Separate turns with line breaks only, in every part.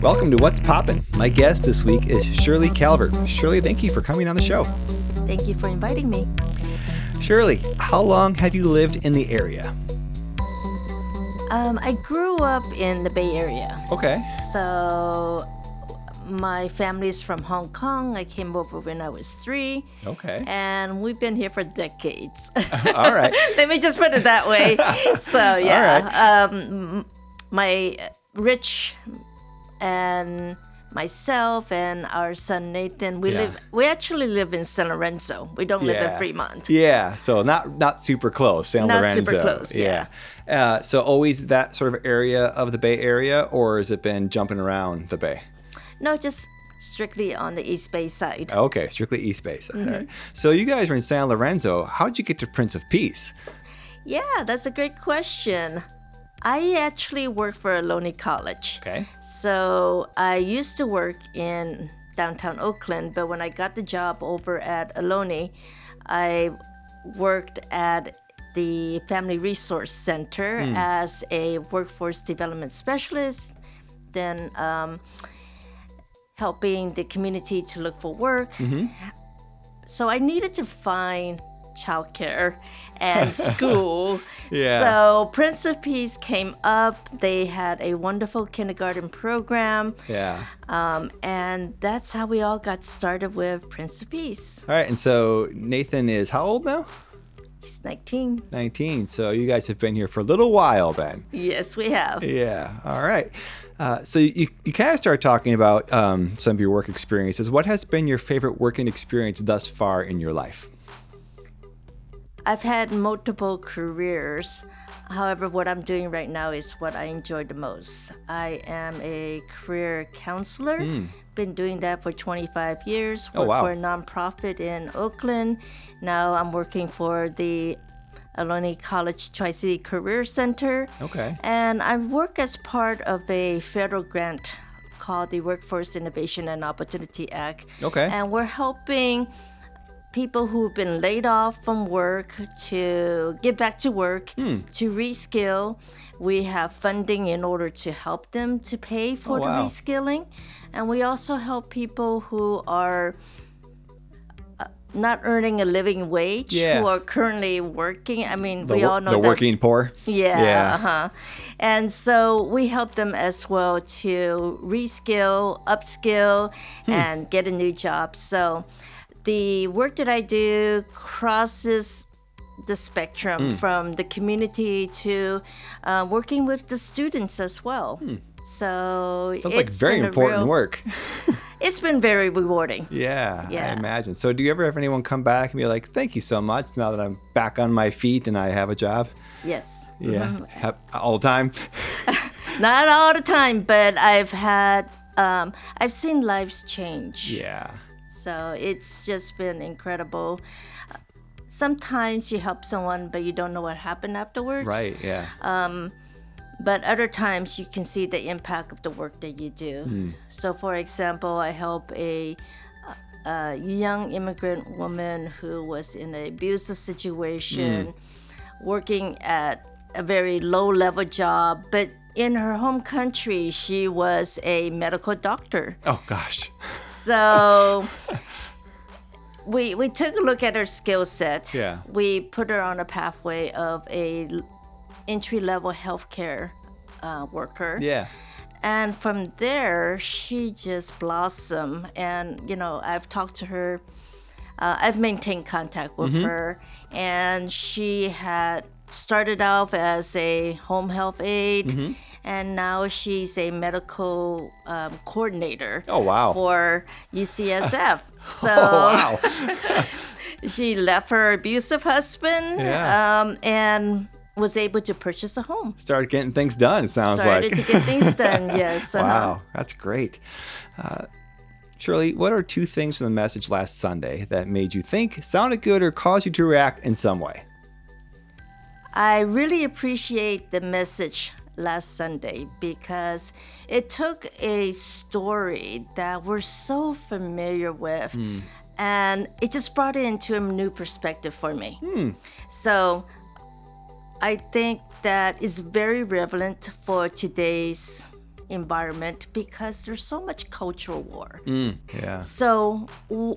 Welcome to What's Poppin'. My guest this week is Shirley Calvert. Shirley, thank you for coming on the show.
Thank you for inviting me.
Shirley, how long have you lived in the area?
Um, I grew up in the Bay Area.
Okay.
So my family's from Hong Kong. I came over when I was three.
Okay.
And we've been here for decades.
All right.
Let me just put it that way. so yeah, um, my Rich and myself and our son Nathan, we
Yeah.
live. We actually live in San Lorenzo. We don't live in
Yeah.
Fremont.
Yeah, so not not super close, San
Not
Lorenzo.
super close, yeah.
Uh, so always that sort of area of the Bay Area, or has it been jumping around the Bay?
No, just strictly on the East Bay side.
Okay, strictly East Bay. side. All
Mm-hmm.
right. So you guys are in San Lorenzo. How'd you get to Prince of Peace?
Yeah, that's a great question. I actually work for Ohlone College.
Okay.
So I used to work in downtown Oakland, but when I got the job over at Ohlone, I worked at the Family Resource Center as a workforce development specialist, then um, helping the community to look for work. So I needed to find childcare and school.
Yeah.
So Prince of Peace came up. They had a wonderful kindergarten program,
Yeah.
um, and that's how we all got started with Prince of Peace.
All right. And so Nathan is how old now?
He's 19.
19. So you guys have been here for a little while then.
Yes, we have.
Yeah. All right. Uh, so you, you kind of start talking about um, some of your work experiences. What has been your favorite working experience thus far in your life?
I've had multiple careers. However, what I'm doing right now is what I enjoy the most. I am a career counselor. Been doing that for 25 years.
Hmm. Oh,
Worked
wow.
for a nonprofit in Oakland. Now I'm working for the Ohlone College Tri City Career Center.
Okay.
And I work as part of a federal grant called the Workforce Innovation and Opportunity Act.
Okay.
And we're helping people who've been laid off from work to get back to work,
Hmm.
to reskill. We have funding in order to help them to pay for
Oh,
the
wow.
reskilling. And we also help people who are uh, not earning a living wage
Yeah.
who are currently working. I mean,
The,
we
wor-
all know
the
that
working poor.
yeah.
Yeah.
Uh-huh. And so we help them as well to reskill, upskill,
Hmm.
and get a new job. So the work that I do crosses the spectrum
Hmm.
from the community to uh, working with the students as well. So
Hmm. Sounds like
it's
very
been a
important
real-
work.
It's been very rewarding.
Yeah, I
Yeah.
imagine. So, do you ever have anyone come back and be like, "Thank you so much. Now that I'm back on my feet and I have a job."
Yes.
Yeah, Hap- all the time.
Not all the time, but I've had um, I've seen lives change.
Yeah,
So it's just been incredible. Sometimes you help someone, but you don't know what happened afterwards.
right. Yeah,
Uh, But other times you can see the impact of the work that you do. So, for example, I help a, a young immigrant woman who was in an abusive situation, working at a very low level job, but in her home country, she was a medical doctor.
oh gosh.
So we we took a look at her skill set.
Yeah.
We put her on a pathway of a entry level healthcare uh, worker.
Yeah,
And from there, she just blossomed. And, you know, I've talked to her, uh, I've maintained contact with
Mm-hmm.
her. And she had started off as a home health aide.
Mm-hmm.
And now she's a medical um, coordinator.
Oh, wow.
For UCSF. so
Oh, wow.
she left her abusive husband
Yeah.
um, and was able to purchase a home.
Started getting things done. it Sounds
Started
like.
to get things done. Yes. uh-huh.
wow, that's great. Uh, Shirley, what are two things from the message last Sunday that made you think, sounded good, or caused you to react in some way?
I really appreciate the message last Sunday because it took a story that we're so familiar with and it just brought it into a new perspective for me. So I think that is very relevant for today's environment because there's so much cultural war.
Yeah.
So w-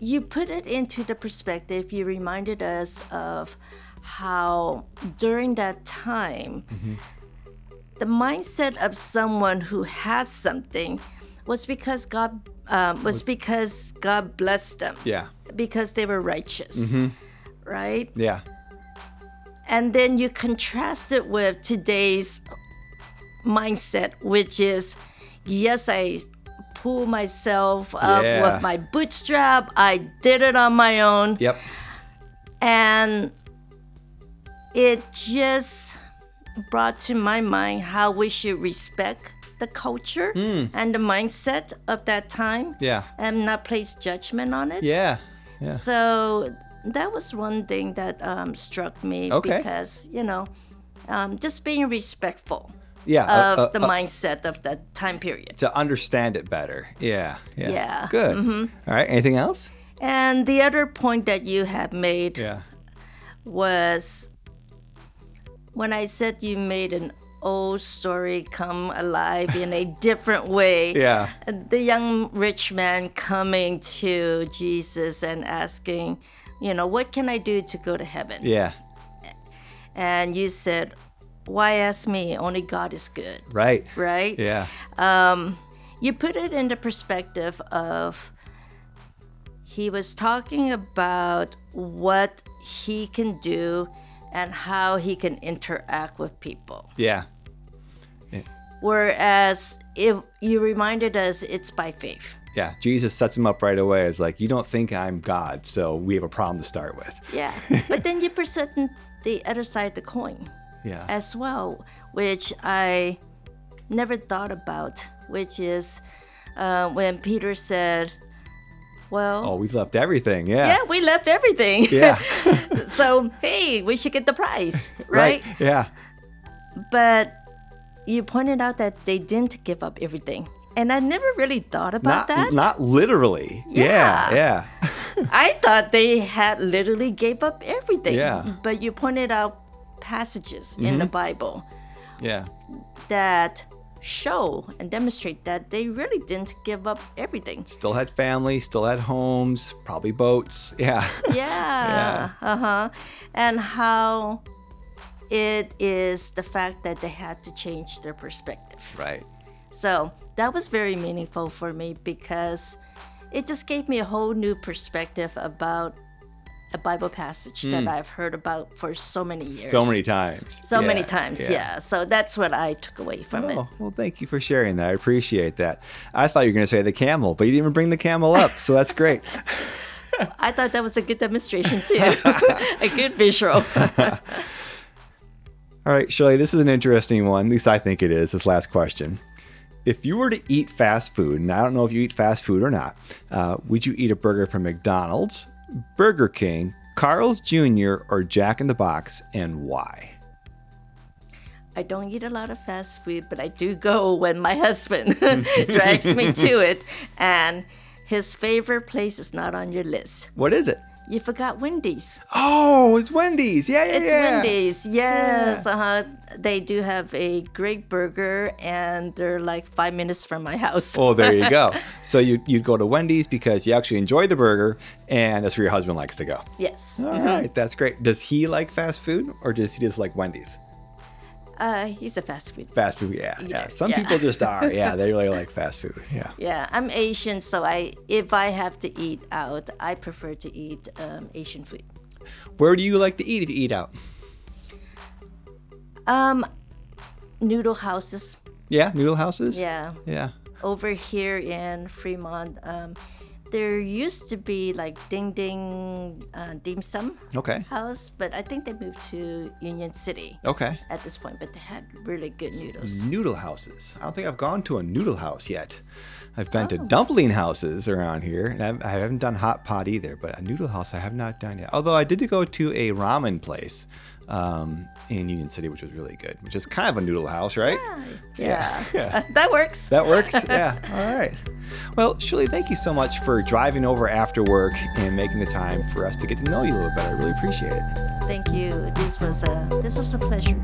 you put it into the perspective, you reminded us of how during that time, the mindset of someone who has something was because God um, was because God blessed them
Yeah.
because they were righteous, right?
Yeah.
And then you contrast it with today's mindset, which is yes, I pull myself up
Yeah.
with my bootstrap, I did it on my own.
Yep.
And it just brought to my mind how we should respect the culture and the mindset of that time
Hmm. Yeah.
and not place judgment on it.
Yeah. Yeah.
So that was one thing that um, struck me
Okay.
because, you know, um, just being respectful
Yeah.
of
uh, uh,
the
uh,
mindset of that time period.
to understand it better. Yeah. Yeah.
Yeah. mm-hmm.
Good. All right. Anything else?
And the other point that you have made
Yeah.
was when I said you made an old story come alive in a different way.
Yeah.
The young rich man coming to Jesus and asking, you know, what can I do to go to heaven?
Yeah.
And you said, Why ask me? Only God is good,
Right.
right?
Yeah.
You put it in the perspective of he was talking about what he can do and how he can interact with people.
Yeah.
Whereas if you reminded us it's by faith.
Yeah. Jesus sets him up right away. It's like, you don't think I'm God, so we have a problem to start with.
Yeah. but then you present the other side of the coin.
Yeah.
as well, which I never thought about, which is uh, when Peter said, Well,
oh, we've left everything. Yeah.
yeah, we left everything.
Yeah.
so, hey, we should get the prize, right?
right. Yeah.
But you pointed out that they didn't give up everything. And I never really thought
Not
about that.
not literally. Yeah. Yeah.
I thought they had literally gave up everything.
Yeah. Mm-hmm.
But you pointed out passages in the Bible
Yeah.
that show and demonstrate that they really didn't give up everything.
Still had family, still had homes, probably boats. Yeah.
Yeah. Uh huh. And how it is the fact that they had to change their perspective.
right.
So that was very meaningful for me because it just gave me a whole new perspective about a Bible passage that I've heard about for so many years.
Hmm. So many times.
So
Yeah.
many times, yeah. So that's what I took away from it.
Oh, well, thank you for sharing that. I appreciate that. I thought you were going to say the camel, but you didn't even bring the camel up. So that's great.
I thought that was a good demonstration too, a good visual.
All right, Shirley, this is an interesting one. At least I think it is. This last question. If you were to eat fast food, and I don't know if you eat fast food or not, uh, would you eat a burger from McDonald's, Burger King, Carl's Jr., or Jack in the Box, and why?
I don't eat a lot of fast food, but I do go when my husband drags me to it. And his favorite place is not on your list.
What is it?
You forgot Wendy's.
Oh, it's Wendy's. Yeah, yeah,
It's
yeah.
Wendy's. Yes. Uh-huh. They do have a great burger, and they're like five minutes from my house.
Oh, there you go. So you, you'd go to Wendy's because you actually enjoy the burger, and that's where your husband likes to go.
Yes.
All right, that's great. Does he like fast food or does he just like Wendy's?
Uh, he's a fast food.
Fast food, yeah, yeah.
Yeah,
Some
yeah.
people just are, yeah. They really like fast food, yeah.
Yeah, I'm Asian, so I if I have to eat out, I prefer to eat um, Asian food.
Where do you like to eat if you eat out?
Um, noodle houses.
Yeah, noodle houses.
Yeah.
yeah,
over here in Fremont, um, there used to be like Ding Ding uh, Dim Sum
Okay,
House, but I think they moved to Union City
okay.
at this point. But they had really good noodles.
Noodle houses. I don't think I've gone to a noodle house yet. I've been to dumpling houses around here, and I've, I haven't done hot pot either. But a noodle house, I have not done yet. Although I did go to a ramen place um, in Union City, which was really good, which is kind of a noodle house, right?
Yeah,
Mm. yeah.
that works.
That works? Yeah. All right. Well, Shirley, thank you so much for driving over after work and making the time for us to get to know you a little better. I really appreciate it.
Thank you. This was a this was a pleasure.